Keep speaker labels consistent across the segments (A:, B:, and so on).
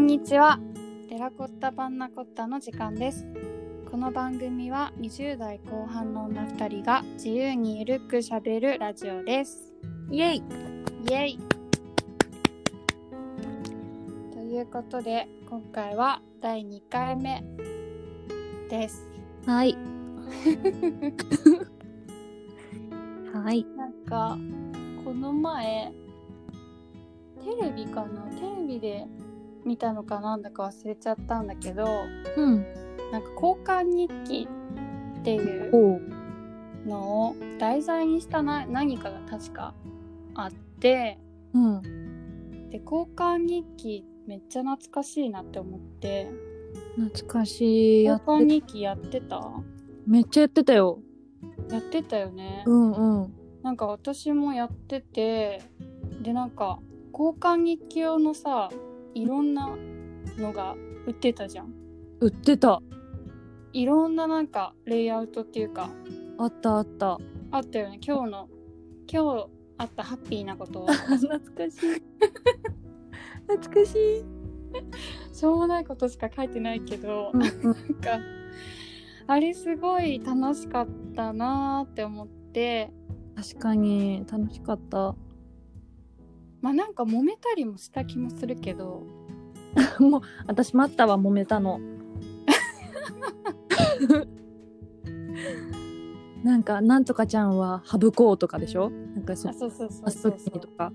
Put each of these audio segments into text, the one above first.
A: にちはテラコッタパンナコッタの時間ですこの番組は20代後半の女2人が自由にゆるくしゃべるラジオです
B: イエイ
A: イエイということで今回は第2回目です
B: はい。 はい。
A: なんかこの前テレビかなテレビで見たのかなんだか忘れちゃったんだけど
B: うん。
A: なんか交換日記っていう
B: おう。
A: のを題材にしたな何かが確かあって
B: うん。
A: で交換日記めっちゃ懐かしいなって思って
B: 懐かしい。や
A: 交
B: っ
A: 換
B: て
A: 日記やってた
B: めっちゃやってたよ。
A: やってたよね、
B: んうん。
A: なんか私もやっててでなんか交換日記用のさいろんなのが売ってたじゃん
B: 売ってた。
A: いろんななんかレイアウトっていうか
B: あったあった。
A: あったよね今日の今日あったハッピーなこと
B: 懐かしい。 懐かしい。
A: しょうもないことしか書いてないけど、
B: うん
A: なんかあれすごい楽しかったなーって思って
B: 確かに楽しかった。
A: まあなんか揉めたりもした気もするけど
B: もう私待ったわ揉めた の。なんかなんとかちゃんは省こうとかでしょ。なんかそう
A: あ。そうそうそ
B: あ
A: うそ
B: そう
A: うそ
B: と
A: う
B: か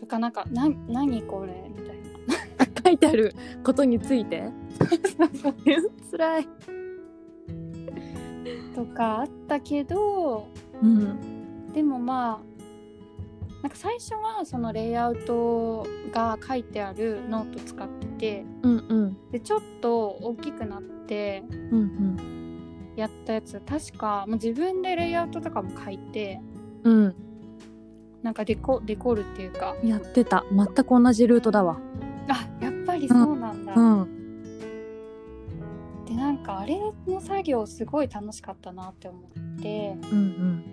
A: とかなんかな何これみたいな
B: 書いてあることについて。辛い。
A: とかあったけど
B: うん。
A: でもまあなんか最初はそのレイアウトが書いてあるノート使ってて
B: うんうん。
A: でちょっと大きくなって
B: うんうん。
A: やったやつ確かもう自分でレイアウトとかも書いて
B: うん。
A: なんかデコデコールっていうか
B: やってた。全く同じルートだわ。
A: あやっぱりそうなんだ、
B: うん。
A: でなんかあれの作業すごい楽しかったなって思って
B: うんうん。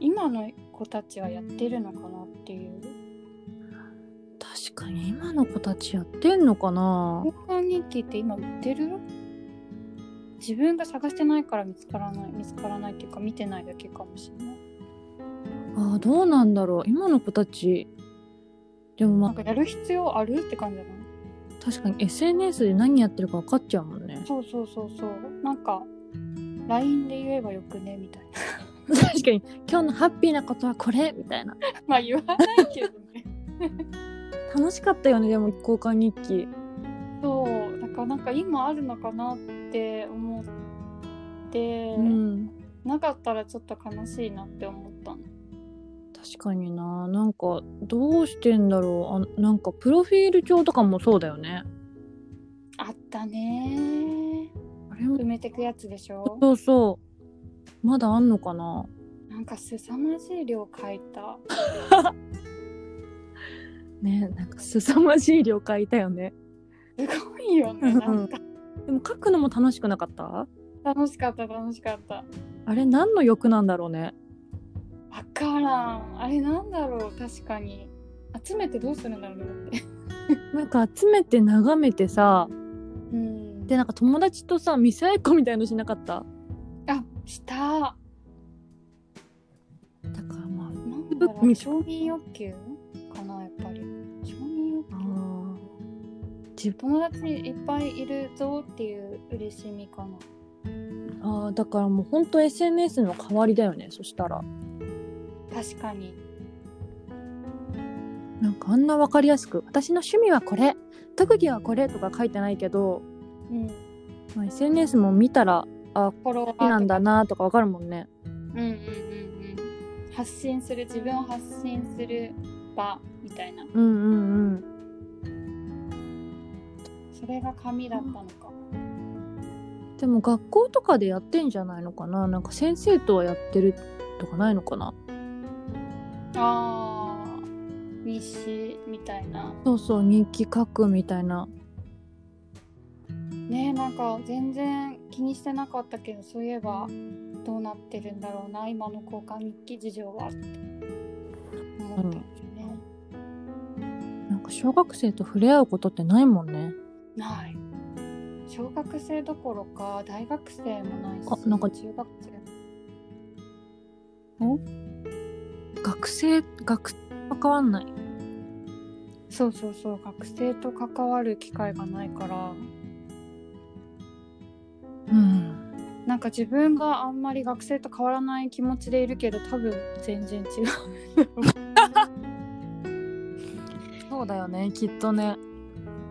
A: 今の子たちはやってるのかなっていう
B: 確かに今の子たちやってんのかな
A: 交換日記って今売ってる自分が探してないから見つからない見つからないっていうか見てないだけかもしれない
B: ああ、どうなんだろう。今の子たち。でもま
A: なんかやる必要あるって感じじゃない
B: あ、確かに SNS で何やってるか分かっちゃうもんね。
A: そうそうそうそうなんか LINE で言えばよくねみたいな
B: 確かに、今日のハッピーなことはこれみたいな。
A: まあ言わないけどね
B: 楽しかったよね、でも交換日記。
A: そうだからなんか今あるのかなって思って、
B: うん。
A: なかったらちょっと悲しいなって思ったの
B: 確かにな。なんか、どうしてんだろう。あなんか、プロフィール帳とかもそうだよね。
A: あったね
B: あれも
A: 埋めてくやつでしょ
B: そうそう。まだあんのかな
A: なんか凄まじい量書いた
B: ねなんか凄まじい量書いたよね。
A: すごいよねなんか
B: でも書くのも楽しくなかった
A: 楽しかった楽しかった
B: あれ何の欲なんだろうね。
A: わからんあれなんだろう確かに集めてどうするんだろうねだって
B: なんか集めて眺めてさ、
A: うん
B: でなんか友達とさ、見せ合いっこみたいのしなかった
A: あした
B: だからまあ、
A: なんだろう承認欲求かなやっぱり承認欲求
B: 自分
A: 友達いっぱいいるぞっていう嬉しみかな
B: あーだからもうほんと SNS の代わりだよね、そしたら。
A: 確かに
B: なんかあんなわかりやすく、私の趣味はこれ、特技はこれとか書いてないけど、
A: うん
B: まあ、SNS も見たら、
A: フォロワーと
B: 好き
A: か
B: なんだなとかわかるもんね。
A: うんうんうんうん発信する自分を発信する場みたいな
B: うんうんうん。
A: それが紙だったのか
B: でも学校とかでやってんじゃないのかななんか先生とはやってるとかないのかな
A: あー日誌みたいな
B: そうそう日記書くみたいな
A: ねえなんか全然気にしてなかったけどそういえばどうなってるんだろうな今の交換日記事情はって思ったんですよね、
B: なんか小学生と触れ合うことってないもんね
A: ない小学生どころか大学生もないし
B: あなんか
A: 中学生も
B: 学生学は変わんない
A: そうそうそう学生と関わる機会がないから
B: うん
A: なんか自分があんまり学生と変わらない気持ちでいるけど多分全然違う
B: そうだよねきっとね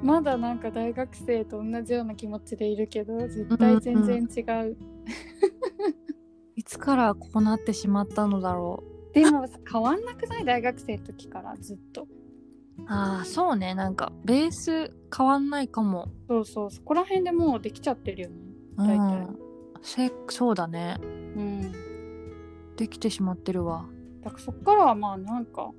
A: まだなんか大学生と同じような気持ちでいるけど絶対全然違う、
B: いつからこうなってしまったのだろう
A: でもさ変わんなくない大学生の時からずっと
B: ああそうねなんかベース変わんないかも
A: そうそうそこら辺でもうできちゃってるよね
B: うん
A: 大体
B: せそうだね
A: うん
B: できてしまってるわ
A: だからそっからはまあなんか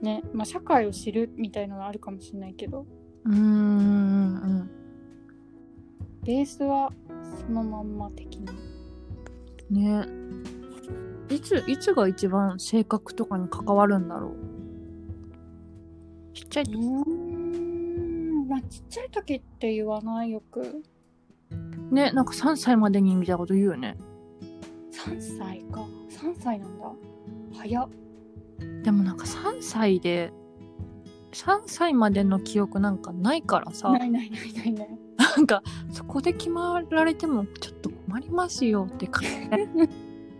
A: ねまあ社会を知るみたいなのはあるかもしれないけど
B: うーんうんうん
A: ベースはそのまんま的な
B: ねいついつが一番性格とかに関わるんだろうちっちゃいう時
A: ーんまあちっちゃい時って言わないよく
B: ねなんか3歳までにみたいなこと言うよね
A: 3歳か3歳なんだ早っ
B: でもなんか3歳で3歳までの記憶なんかないからさ
A: ないないないないない
B: なんかそこで決まられてもちょっと困りますよって感じ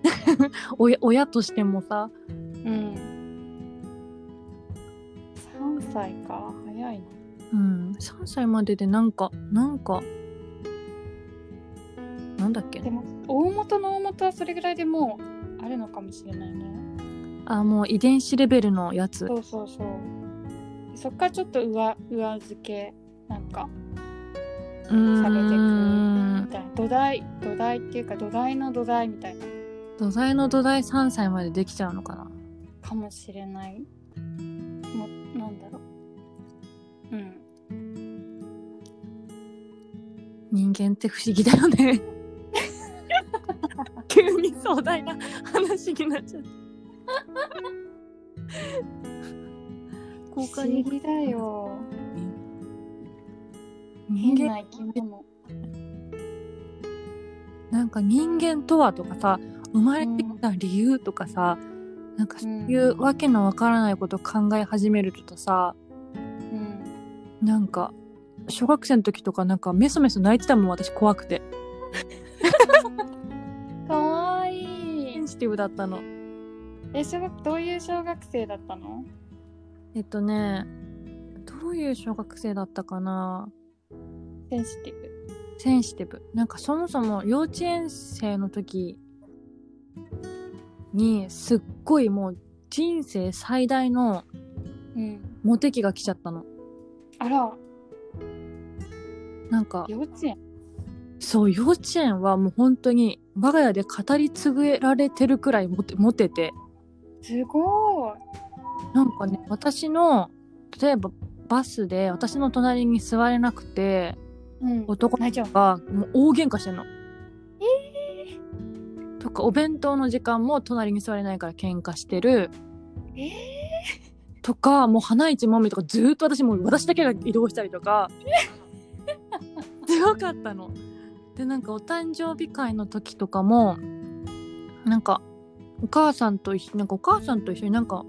B: 親親としてもさ
A: うん3歳か早いな
B: うん、3歳まででなんかなんかなんだっけ
A: でも大元の大元はそれぐらいでもうあるのかもしれないね
B: あもう遺伝子レベルのやつ
A: そうそうそうでそっからちょっと上上付けなんか
B: うーん
A: 下げてくみたいな土台土台っていうか土台の土台みたいな
B: 土台の土台3歳までできちゃうのかな
A: かもしれないもなんだろううん
B: 人間って不思議だ よね急に壮大な話になっちゃった
A: 不
B: 交換
A: 思議だよ
B: 人
A: 変
B: 間
A: な生き物
B: なんか人間とはとかさ生まれてきた理由とかさ、なんかそういうわけのわからないこと考え始めるとさ
A: うん
B: なんか小学生の時とかなんかメソメソ泣いてたもん私怖くて
A: かわい
B: セ
A: い
B: ンシティブだったの
A: え小学どういう小学生だったの
B: えっとねどういう小学生だったかな
A: センシティブ
B: センシティブなんかそもそも幼稚園生の時にすっごいもう人生最大の
A: うん
B: モテ期が来ちゃったの
A: あら
B: なんか
A: 幼稚園
B: そう幼稚園はもう本当に我が家で語り継げられてるくらいモテモテて
A: すごい
B: なんかね私の例えばバスで私の隣に座れなくて
A: うん
B: 男
A: 大丈夫
B: がもう大喧嘩してんの。とかお弁当の時間も隣に座れないから喧嘩してる
A: えー、
B: とかもう花一もみとかずーっと私もう私だけが移動したりとか強かったの。でなんかお誕生日会の時とかもなんかお母さんと一緒なんかお母さんと一緒になんか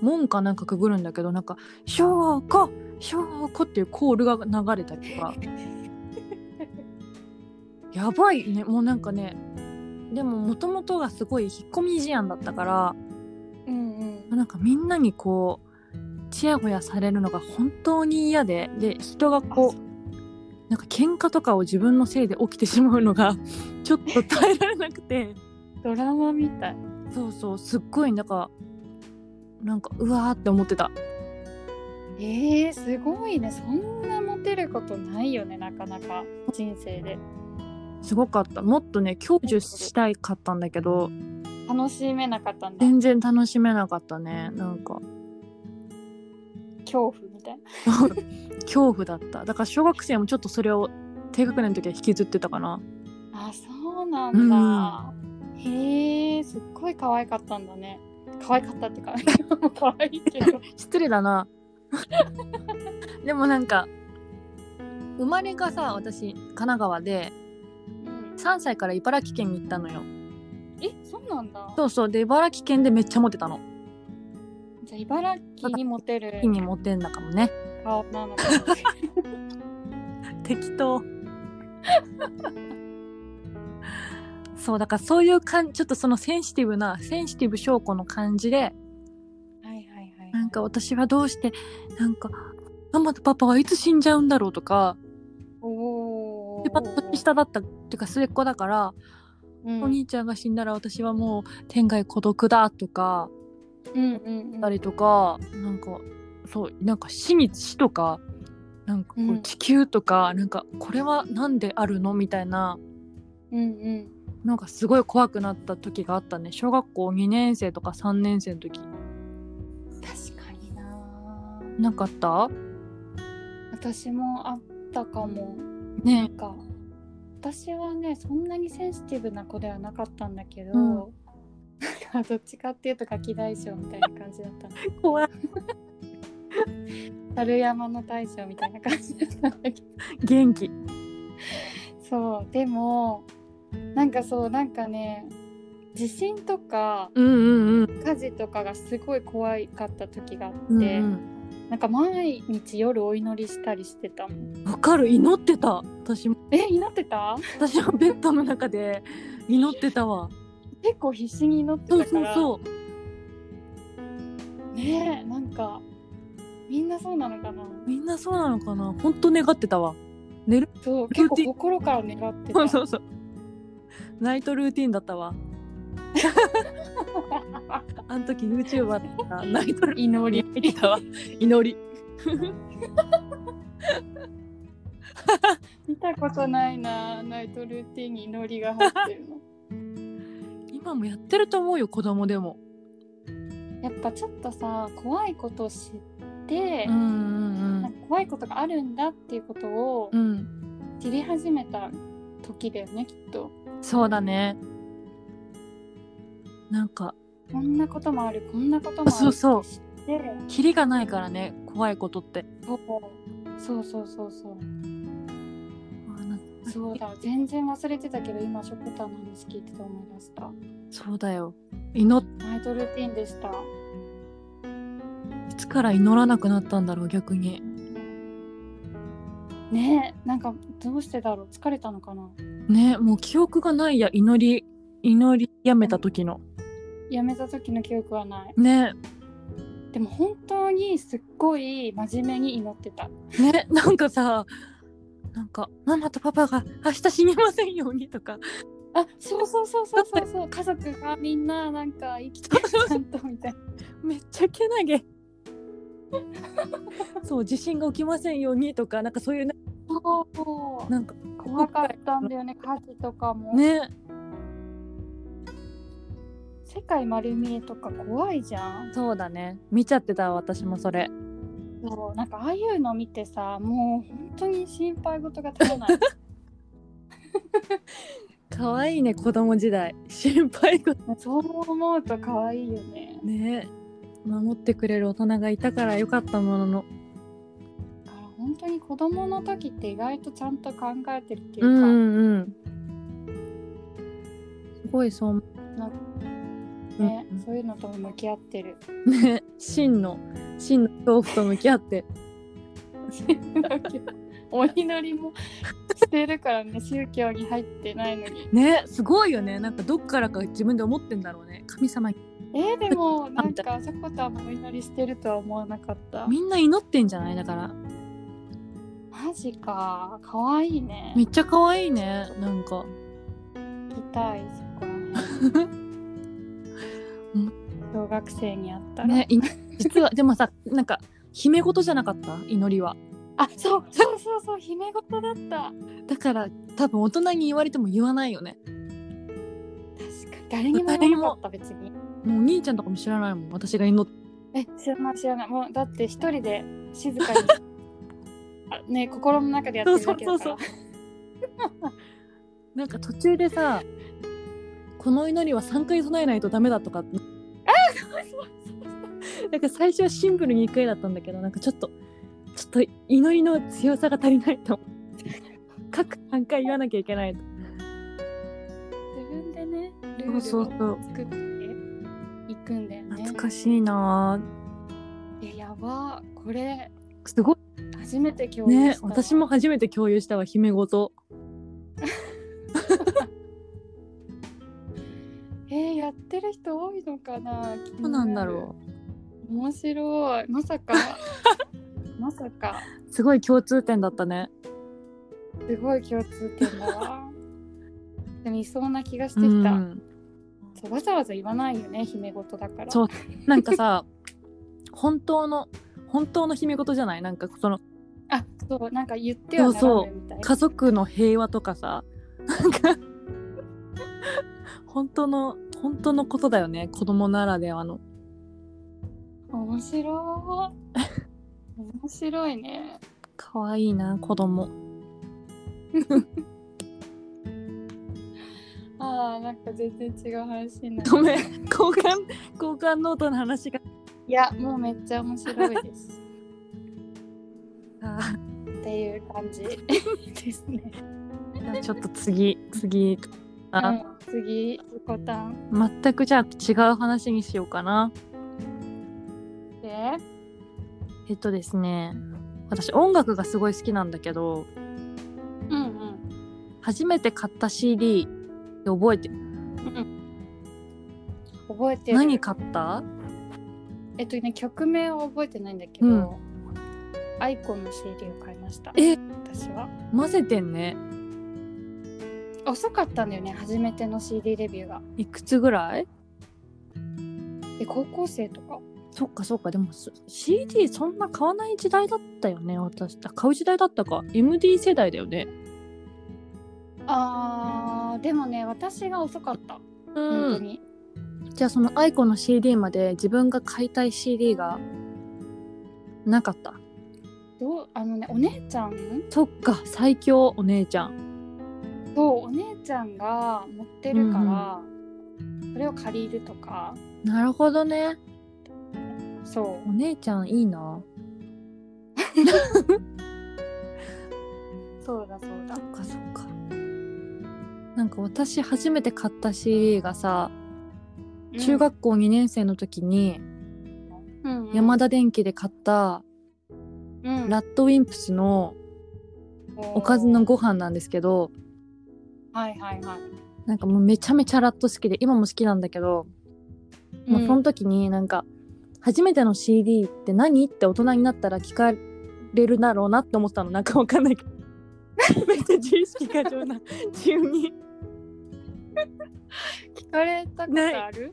B: 門かなんかくぐるんだけどなんか「証拠証拠」っていうコールが流れたりとかやばいねもうなんかねでももともとがすごい引っ込み思案だったから
A: うんうん
B: なんかみんなにこうちやほやされるのが本当に嫌でで人がこうなんか喧嘩とかを自分のせいで起きてしまうのが ちょっと耐えられなくて
A: ドラマみたい
B: そうそうすっごいなんかなんかうわーって思ってた
A: えー、すごいねそんなモテることないよねなかなか人生です
B: ごかったもっとね享受したいかったんだけど
A: 楽しめなかったんだ
B: 全然楽しめなかったねなんか
A: 恐怖みたいな
B: 恐怖だっただから小学生もちょっとそれを低学年の時は引きずってたかな
A: あそうなんだ、へえすっごい可愛かったんだね可愛かったっていうか 今も可愛いけど
B: 失礼だなでもなんか生まれがさ私神奈川で
A: うん
B: 3歳から茨城県に行ったのよ
A: えそうなんだ
B: そうそうで茨城県でめっちゃモテたの
A: じゃあ茨城にモテる
B: 意味モテんだかもね
A: 顔なのか
B: 適当 そうだからそういうかんちょっとそのセンシティブなセンシティブ証拠の感じで
A: はいはいはい
B: なんか私はどうしてなんかママとパパはいつ死んじゃうんだろうとか
A: おお
B: でパパ年下だったっていうか末っ子だから、
A: うん
B: お兄ちゃんが死んだら私はもう天涯孤独だとか
A: うんうんうん
B: たりとかなんかそうなんか死に死とかなんかこ
A: う
B: うん地球とか、なんかこれは何であるのみたいな
A: うんうん
B: なんかすごい怖くなった時があったね小学校2年生とか3年生の時
A: 確かにな
B: なかった
A: 私もあったかも
B: ね
A: なんか私はねそんなにセンシティブな子ではなかったんだけど、
B: うん
A: なんかどっちかっていうとガキ大将みたいな感じだった
B: 怖い
A: 猿山の大将みたいな感じだったんだけど
B: 元気
A: そうでもなんかそうなんかね地震とか
B: うんうんうん
A: 火事とかがすごい怖かった時があって、
B: うんうん
A: なんか毎日夜お祈りしたりしてたもん
B: わかる祈ってた私も
A: え祈ってた
B: 私はベッドの中で祈ってたわ
A: 結構必死に祈って
B: そう
A: た
B: そ
A: か
B: う
A: ら
B: そう
A: ねえなんかみんなそうなのかな
B: みんなそうなのかな本当願ってたわ寝る
A: そう
B: キ
A: 結
B: ュー
A: 構
B: ティー
A: 心から願って
B: そう
A: た
B: そうそうナイトルーティンだった わあの時 YouTuber だったナイトルーテ
A: 祈り
B: ィン見てたわ 祈り
A: 見たことないなナイトルーティンに祈りが入ってるの
B: 今もやってると思うよ子供でも
A: やっぱちょっとさ怖いことを知って、
B: うんうん
A: なんか怖いことがあるんだっていうことを
B: うんうん
A: 知り始めた時だよねきっと
B: そうだねなんか
A: こんなこともあるこんなこともある
B: そうそう
A: って知って
B: キリがないからね怖いことって
A: そうそうそうそうそう
B: あ
A: そうだ全然忘れてたけど今しょこたんの話聞いてて思い出した
B: そうだよ祈っ
A: ナイトルーティンでした
B: いつから祈らなくなったんだろう逆に
A: ねえなんかどうしてだろう疲れたのかな
B: ねもう記憶がないや祈り祈りやめた時の
A: やめた時の記憶はない
B: ね
A: でも本当にすっごい真面目に祈ってた
B: ねなんかさなんかママとパパが明日死にませんようにとか
A: あそうそうそうそうそう そう家族がみんななんか生きてるちゃんとみたいな
B: めっちゃけな げそう地震が起きませんようにとかなんかそういうな
A: そう
B: なんか
A: 怖かったんだよね火事とかも、
B: ね
A: 世界丸見えとか怖いじゃん
B: そうだね見ちゃってた私もそれ
A: そうなんかああいうの見てさもう本当に心配事が絶えない
B: 可愛いね子供時代心配事
A: そう思うと可愛いよね
B: ね守ってくれる大人がいたからよかったものの
A: だから本当に子供の時って意外とちゃんと考えてるっていうか、
B: うんうんうんすごいそう思う
A: ね
B: うん、
A: そういうのとも向き合ってる。
B: ね真の真の恐怖と向き合って
A: お祈りもしてるからね、宗教に入ってないのに。
B: ねすごいよねなんかどっからか自分で思ってんだろうね神様
A: えー、でも、なん か、そことはもお祈りしてるとは思わなかった。
B: みんな祈ってんじゃないだから
A: マジか、可愛いね。
B: め
A: 行
B: っちゃ可愛いねなんか
A: きたい、そこら
B: うん
A: 辺。小学生に会ったら。
B: ねい実はでもさなんか姫事じゃなかった祈りは
A: あ、そう、そうそうそう、姫事だった。
B: だから多分大人に言われても言わないよね
A: 確かに、誰にも言わなかった、別に。
B: もうお兄ちゃんとかも知らないもん私が祈って
A: え、知らない、知らない、もう、だって、一人で静か に。あね、心の中でやってるだけだから。
B: なんか途中でさこの祈りは3回唱えないとダメだとかなんか最初はシンプルにいく絵だったんだけどなんかちょっとちょっと祈りの強さが足りないと各段階言わなきゃいけない
A: 自分でねルールを
B: そうそうそう
A: 作っていくんだよね
B: 懐かしいな
A: えやばこれ
B: ぁすごい
A: 初めて共有
B: ね
A: したわ
B: 私も初めて共有したわ姫ごと
A: えーやってる人多いのかな
B: どうなんだろ
A: う面白いまさ かまさか
B: うすごい共通点だったね
A: すごい共通点だわでもいそうな気がしてきた、
B: うん
A: そうわざわざ言わないよね姫事だから
B: そうなんかさ本当の本当の姫事じゃないなんかその
A: あそうなんか言ってはならないみたいな
B: 家族の平和とかさなんか本当の本当のことだよね子供ならではの
A: 面白い面白いね
B: 可愛いな子供
A: あーなんか全然違う話になる
B: ごめん交換交換ノートの話が
A: いやもうめっちゃ面白いです
B: あ
A: っていう感じですね
B: ーちょっと次次
A: う
B: あ、
A: ん次コタン
B: 全くじゃあ違う話にしようかな
A: で
B: えっとですね私音楽がすごい好きなんだけど
A: うんうん
B: 初めて買った CD って覚えて
A: 覚えてる
B: 何買った
A: えっとね曲名は覚えてないんだけど、
B: うん
A: アイコンの CD を買いました
B: え
A: 私は
B: 混ぜてんね
A: 遅かったんだよね初めての CD デビューが
B: いくつぐらい
A: え高校生とか
B: そっかそっかでもそ CD そんな買わない時代だったよね私あ買う時代だったか MD 世代だよね
A: あーでもね私が遅かった本当に、
B: じゃあそのアイコンの CD まで自分が買いたい CD がなかった
A: どうあのねお姉ちゃん
B: そっか最強お姉ちゃん
A: そうお姉ちゃんが持ってるから、それを借りるとか
B: なるほどね
A: そ
B: お姉ちゃんいいな
A: うそうだそうだ
B: そっかそっかなんか私初めて買った CD がさ中学校2年生の時に山
A: 田
B: 田電機で買ったラッドウィンプスのおかずのご飯なんですけど
A: はいはいはい
B: なんかもうめちゃめちゃラッド好きで今も好きなんだけど、もうその時になんか初めての CD って何って大人になったら聞かれるだろうなって思ってたのなんかわかんないけどめっちゃ自意識過剰な自由に
A: 聞かれたことある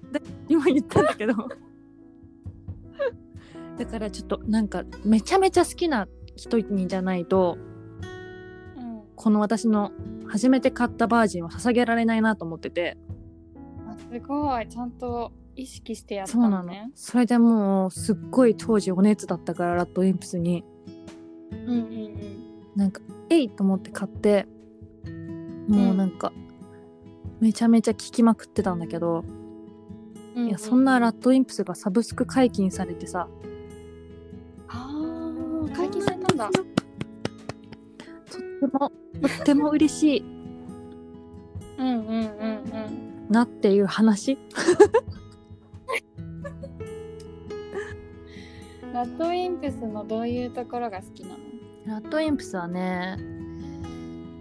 B: 今言ったんだけどだからちょっとなんかめちゃめちゃ好きな人にじゃないと
A: うん
B: この私の初めて買ったバージンは捧げられないなと思ってて
A: あすごいちゃんと意識してやった
B: そうな
A: の
B: の
A: ね
B: それでもうすっごい当時お熱だったからラッドウィンプスに
A: うんうん
B: なんかえいと思って買ってもうなんか、めちゃめちゃ聴きまくってたんだけど、
A: うんうん
B: いやそんなラッドウィンプスがサブスク解禁されてさ
A: あー解禁されたんだ
B: とってもとっても嬉しい
A: うんうんうん
B: なっていう話
A: うんラッドウィンプスのどういうところが好きなの
B: ラッドインプスはね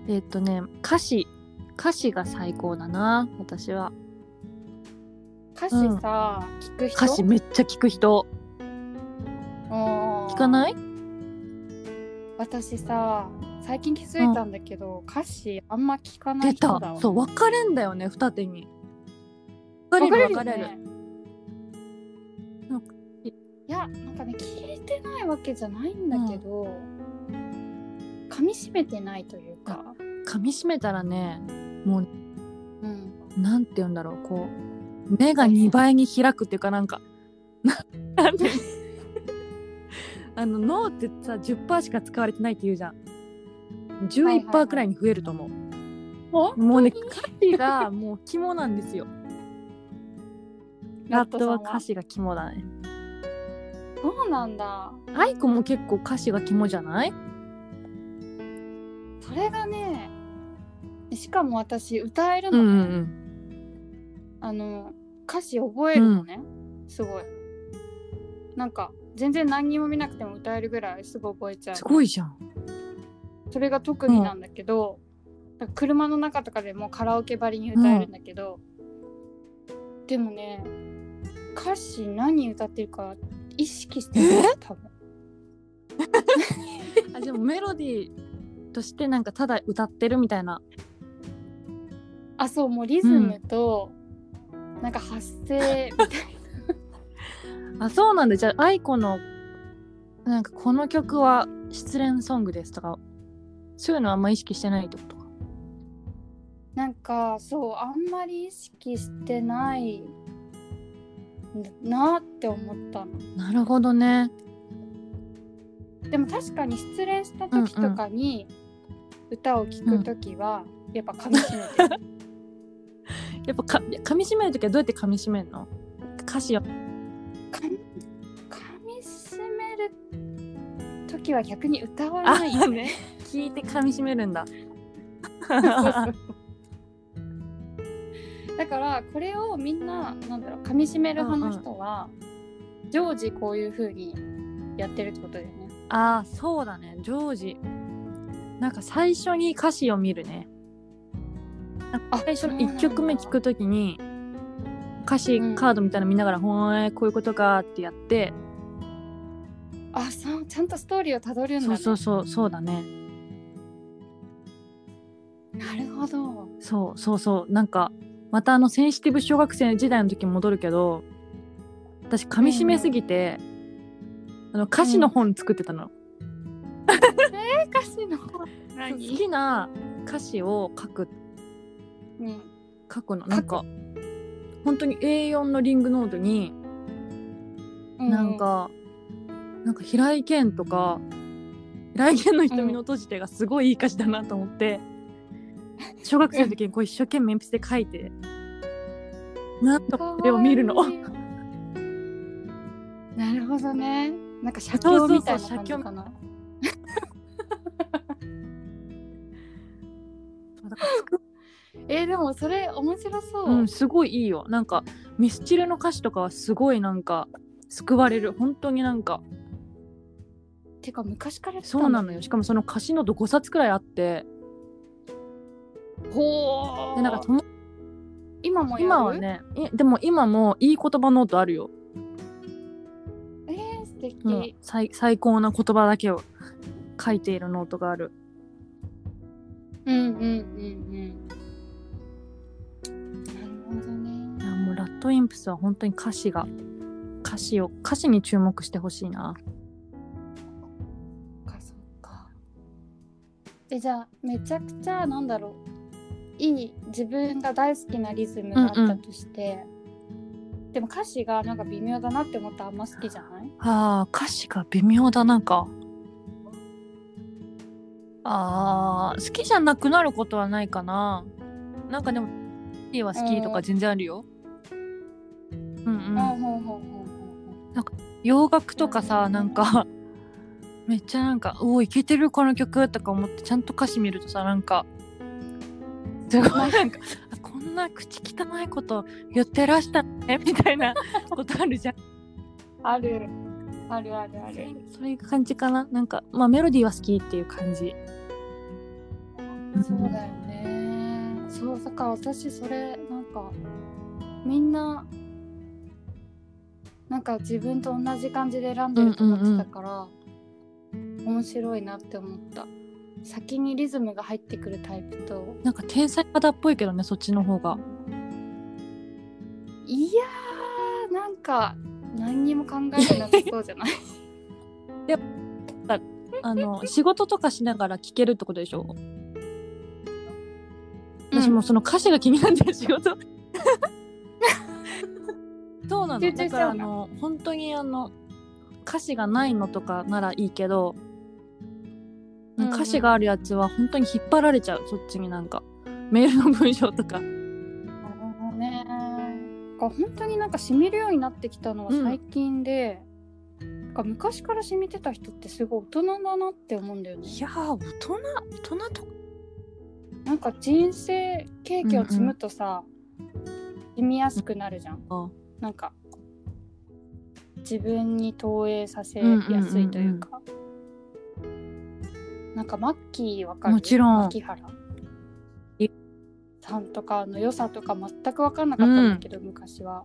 B: えっとね歌詞歌詞が最高だな私は
A: 歌詞さ、聞く人
B: 歌詞めっちゃ聞く人
A: 聞
B: 聞か
A: い
B: ない
A: 私さ最近気づいたんだけど、歌詞あんま聞かない
B: 出
A: 人だ
B: た
A: わ
B: そう分かれんだよね二手に分
A: 分
B: か
A: か
B: れ
A: れ
B: る
A: るよ
B: 分かれ
A: ね
B: るなん
A: いやなんかね聞いてないわけじゃないんだけど、噛み締めてないというか、
B: 噛み締めたらね
A: うん、
B: なんて言うんだろうこう目が2倍に開くっていうかなんか ななんて言う あの脳ってさ10%しか使われてないって言うじゃん
A: はいはいはい
B: 11%くらいに増えると思う、
A: お
B: もうね歌詞がもう肝なんですよラ
A: ラ
B: ッ
A: ッ
B: ト
A: ト
B: は
A: は
B: 歌詞が肝だね
A: そうなんだ
B: アイコも結構歌詞が肝じゃない
A: それがねしかも私歌える
B: うん
A: の、
B: うん
A: あの歌詞覚えるのね、すごいなんか全然何にも見なくても歌えるぐらいすぐ覚えちゃう
B: うんすごいじゃん
A: それが特技なんだけど、だから車の中とかでもカラオケばりに歌えるんだけど、でもね歌詞何歌ってるか意識してない多分
B: あでもメロディーとしてなんかただ歌ってるみたいな
A: あそうもうリズムと、なんか発声みたい
B: あそうなんだじゃあアイコのなんかこの曲は失恋ソングですとかそういうのはあんま意識してないってことか
A: ななんかそうあんまり意識してないなって思ったの
B: なるほどね
A: でも確かに失恋した時とかに歌を聴く時はやっぱかみしめてる
B: やっぱか噛み締める時はどうやって噛み締めるの歌詞を
A: かみかみしめる時は逆に歌わないよね。
B: 聞いて噛み締めるんだ
A: だからこれをみんななんだろうかみしめる派の人は常時こういう風にやってるってことだよね。
B: ああそうだね常時なんか最初に歌詞を見るね
A: あ
B: 最初の1曲目聞くときに歌詞
A: うん
B: カードみたいなの見ながら「ほーいこういうことか」ってやって、
A: あそうちゃんとストーリーをたどるんだ、
B: そう
A: ね、
B: そうそうそうだね
A: なるほど。
B: そうそうそうなんかまたあのセンシティブ小学生時代の時に戻るけど私噛み締めすぎて、あの歌詞の本作ってたの、
A: 歌詞の
B: そう好きな歌詞を書く
A: うん
B: 書くのなんか本当に A4 のリングノートに
A: う
B: なんか、なんか平井堅とか平井堅の瞳の閉じてがすごいいい歌詞だなと思って、小学生の時にこう一生懸命鉛筆で書いてなんとかそれを見るの
A: かわいいなるほどね。なんか写
B: そうそ
A: 経
B: うそう
A: みたいな感じかな。
B: だから作
A: えーでもそれ面白そう。
B: うん、すごいいいよなんかミスチルの歌詞とかはすごいなんか救われる本当になんか
A: てか昔からやってたん
B: そ
A: だ
B: うなのよしかもその歌詞のと5冊くらいあって
A: ほー
B: でなんか友
A: 今もやる
B: 今は。ねいでも今もいい言葉ノートあるよ
A: えー、素敵、
B: もう最最高な言葉だけを書いているノートがある
A: うんうんうんうん。なるほどね。
B: いやもうラットインプスは本当に歌詞が歌詞を歌詞に注目してほしいな
A: そっかそっか。えじゃあめちゃくちゃなんだろういい自分が大好きなリズムがあったとして、でも歌詞がなんか微妙だなって思ったらあんま好きじゃない
B: あー歌詞が微妙だなんかあー好きじゃなくなることはないかななんかでも「好き」は好きとか全然あるよ、うんうん
A: うん、ほうほうほうほうほう
B: 洋楽とかさなんか めっちゃなんか「おおいけてるこの曲」とか思ってちゃんと歌詞見るとさなんかすごいなんかあこんな口汚いこと言ってらしたねみたいなことあるじゃん
A: あるあるあるある。
B: そういう感じかななんかまあメロディーは好きっていう感じ
A: そうだよね。そうだから私それなんかみんななんか自分と同じ感じで選んでると思ってたから、面白いなって思った。先にリズムが入ってくるタイプと
B: なんか天才肌っぽいけどねそっちの方が
A: いやーなんか何にも考えてなさそうじゃない
B: あの仕事とかしながら聴けるってことでしょ
A: うん
B: 私もその歌詞が気になってる 仕事そうなの
A: 集中
B: だ
A: しち
B: か
A: ゃ
B: ら
A: う
B: あ
A: んだ
B: の本当にあの歌詞がないのとかならいいけど、
A: うんうん
B: 歌詞があるやつは本当に引っ張られちゃうそっちになんかメールの文章とか
A: なるほどね。か本当になんか染みるようになってきたのは最近で、なんか昔から染みてた人ってすごい大人だなって思うんだよね
B: いやー大人大人と
A: なんか人生経験を積むとさ、染みやすくなるじゃん
B: か
A: なんか自分に投影させやすいというか、なんかマッキーわかる
B: もちろん
A: 牧原さんとかの良さとか全く分かんなかったんだけど、昔は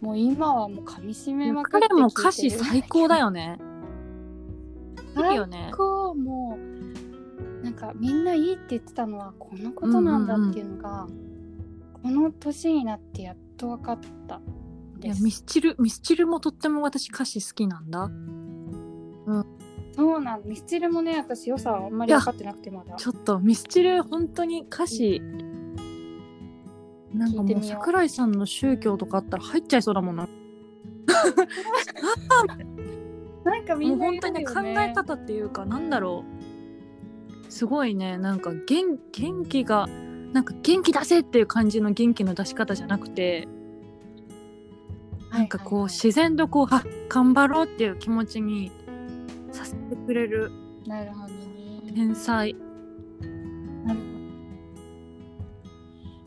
A: もう今はもう噛み締めまくって聞
B: 彼
A: いてる
B: も歌詞最高だ よねいいよね
A: 最高もうなんかみんないいって言ってたのはこのことなんだっていうのが、この年になってやっと分かった
B: い
A: で
B: や
A: す
B: ミスチルミスチルもとっても私歌詞好きなんだ
A: そうなんミスチルもね私良さはあんまり分かってなくてまだ
B: ちょっとミスチル本当に歌詞なんか
A: 聞いて
B: もう
A: みよう
B: 桜井さんの宗教とかあったら入っちゃいそうだもんな、
A: なんかみ
B: もうん
A: な
B: 本
A: 言
B: 当にね考
A: うよね
B: え方っていうかなんだろうすごいねなんか元元気がなんか元気出せっていう感じの元気の出し方じゃなくてなんかこ
A: は
B: う
A: いはいは
B: 自然とこうあ頑張ろうっていう気持ちにさせてくれる
A: いなるほどね
B: 天才
A: なるほど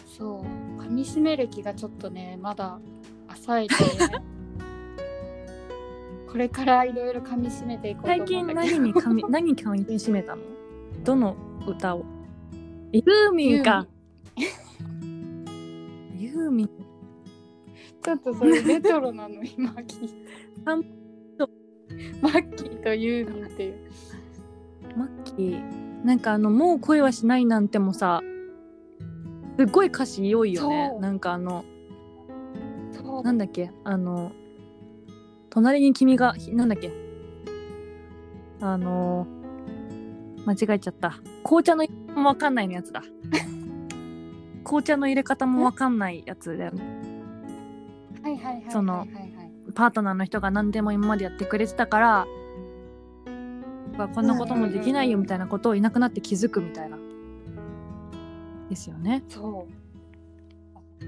A: そう噛み締め歴がちょっとねまだ浅 いというねこれからいろいろ噛み締めていこうと思
B: 最
A: うんだけど
B: 近何に かみ何にかみ締めたのどの歌をユーミンかユーミン
A: ちょっとそれレトロなの今聞い
B: あん
A: た。マッキーとユーミンっていう。
B: マッキーなんかあの「もう恋はしないなんて」もさすっごい歌詞良いよね
A: そう
B: なんかあの
A: そう
B: なんだっけあの隣に君がひなんだっけあの間違えちゃった紅茶の入れ方もわかんないのや つだ紅茶の入れ方もわかんないやつだよね
A: はいはいはいはいはいはい。
B: そのパートナーの人が何でも今までやってくれてたから僕はこんなこともできないよみたいなことをいなくなって気づくみたいな。ですよね。
A: そう。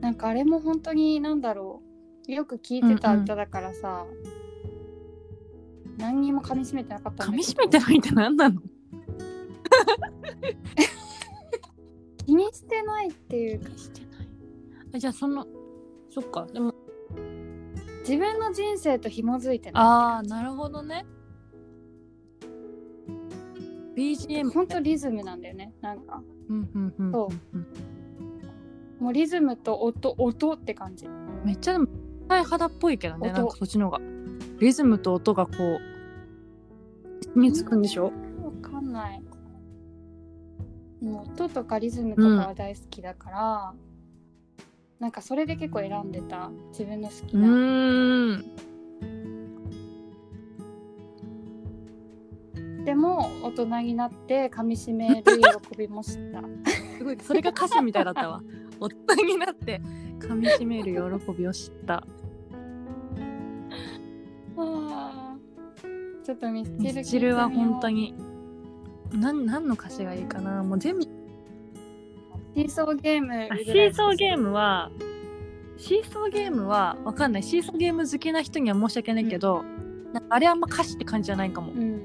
A: なんかあれも本当になんだろう。よく聞いてた歌だからさ。何にも噛み締めてなかったんだ
B: 噛
A: けど。
B: み締めてないって何なの
A: 気にしてないっていうか。
B: してないあじゃあそのそっかでも
A: 自分の人生と紐づいてな
B: ああなるほどね。
A: い。
B: BGM。
A: 本当リズムなんだよね。なんか。
B: うんうんうん
A: そ
B: うん
A: もうリズムと音、音って感じ。
B: うんめっちゃでも大肌っぽいけどね
A: 音
B: なんかそっちの方が。リズムと音がこう身につくんでしょ、
A: わかんない。もう音とかリズムとかは大好きだから、なんかそれで結構選んでた自分の好き
B: う
A: な。
B: ーん
A: でも大人になって噛み締める喜びもした。
B: すごいそれが歌詞みたいだ ったわ大人になって噛みしめる喜びを知った
A: あーちょっとミスチル聞いてみよ
B: ミ
A: う
B: スチルは本当。になん何の歌詞がいいかなもう全部
A: シーソーゲーム
B: あ。シーソーゲ
A: ム。
B: ームはシーソーゲームはわかんないシーソーゲーム好きな人には申し訳ないけど、なんかあれあんま歌詞って感じじゃないかも、
A: うん。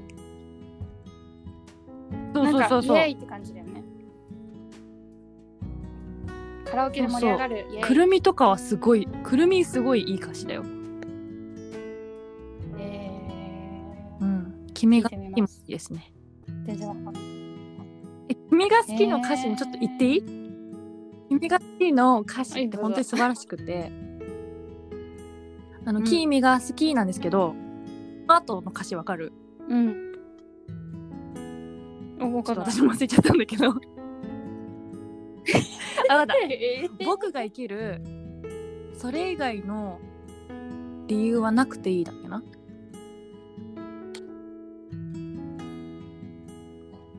B: そう
A: なん
B: そう
A: か
B: そう
A: イ
B: そ
A: エ
B: う
A: イって感じだよね。カラオケで盛り上がる。イエイ
B: くるみとかはすごいくるみすごいいい歌詞だよ、
A: え
B: うん、君が好きもいいですね
A: ー、全然わかんない。
B: え君が好きの歌詞にちょっと言っていい、君が好きの歌詞って本当に素晴らしくて「あの
A: うん
B: 君が好き」なんですけど、その後の歌詞わかる
A: うん。お、わ
B: ち
A: か
B: ょっ
A: ん
B: と
A: ない
B: 私も忘れちゃったんだけ どあわかっ
A: え
B: た僕が生きるそれ以外の理由はなくていいだっけな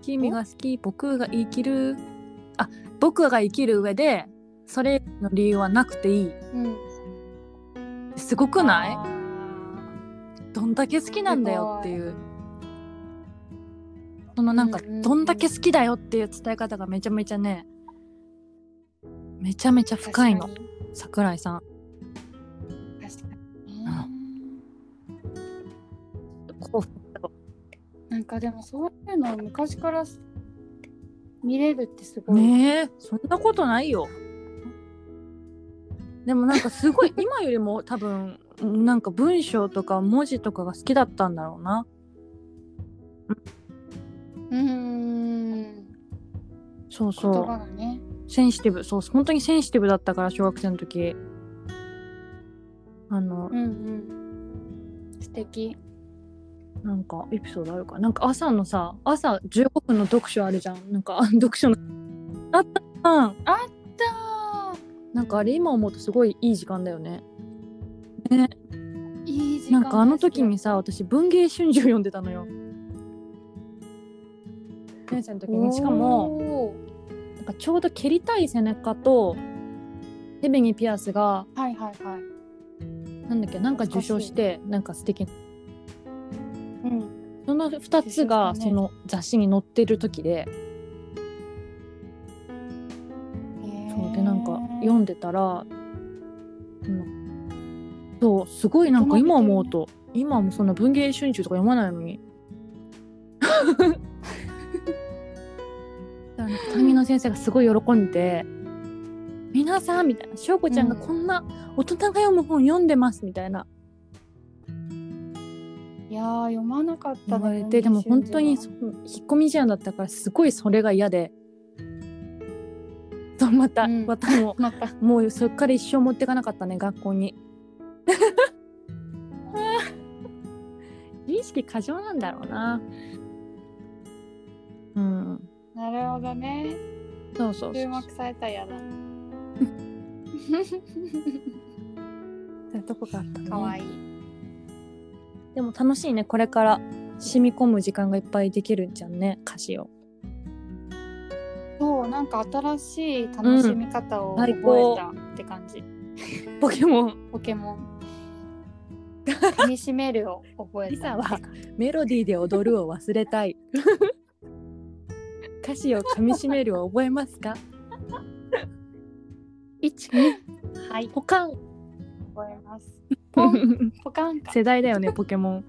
B: 君が好き僕が生きるあ僕が生きる上でそれの理由はなくていい
A: うん。
B: すごくない
A: あ
B: どんだけ好きなんだよっていうそのなんか
A: うんうんうん
B: どんだけ好きだよっていう伝え方がめちゃめちゃねめちゃめちゃ
A: ー
B: 深いの
A: 確かに
B: 桜井さん
A: 確かにね
B: あこ
A: なんかでもそういうのを昔から見れるってす
B: う
A: ごい、
B: ねえそんなことないよでもなんかすごい今よりも多分なんか文章とか文字とかが好きだったんだろうな
A: うーん
B: そうそ
A: 言
B: う
A: 葉がね
B: センシティブそう本当にセンシティブだったから小学生の時あの
A: うんうん素敵
B: なんかエピソードあるかなんか朝のさ朝15分の読書あるじゃんなんか あ読書のあったな
A: だー
B: なんかあれ今思うとすごいいい時間だよね
A: いい時間
B: なんかあの時
A: で
B: にさ私文藝春秋読んでたのよ先生の
A: す
B: 時
A: よ
B: にしかも
A: お
B: なんかちょうど蹴りたい背中とヘビにピアスが
A: ーはいはいはい
B: なんだっけなんか受賞してなんか素敵な
A: うん
B: その2つが
A: 受賞した
B: そ
A: ね
B: の雑誌に載ってる時で、そうでなんか読ん
A: で
B: でたら、うん、そうすごいなんか今思うと、今もそんな文芸春秋とか読まないのにだからなんか担任の先生がすごい喜んで「皆さん」みたいな「翔子ちゃんがこんな大人が読む本読んでます」みたいない
A: やー読まなかった
B: 言
A: ね
B: われてで
A: 文
B: も
A: 藝
B: 本
A: 春秋
B: 当
A: は
B: にその引っ込み思案だったからすごいそれが嫌で。そうまた、
A: うん
B: またも
A: また
B: うもうそっから一生持ってかなかったね学校に美意識過剰なんだろうなうん
A: なるほどね
B: そうそうそう
A: 注目されたらやだ
B: そういうとこがあったね
A: かわいい、
B: でも楽しいねこれから染み込む時間がいっぱいできるんじゃんね歌詞を
A: そうなんか新しい楽しみ方を
B: ん
A: 覚
B: 最
A: え
B: 高
A: たって感じ、
B: ポケモン
A: ポケモ ン噛みしめるを覚え
B: リサ
A: た
B: は メロディーで踊るを忘れたい歌詞を噛みしめるを覚えますか一
A: はい
B: 保管
A: 覚えますポンポカンか
B: 世代だよねポケモン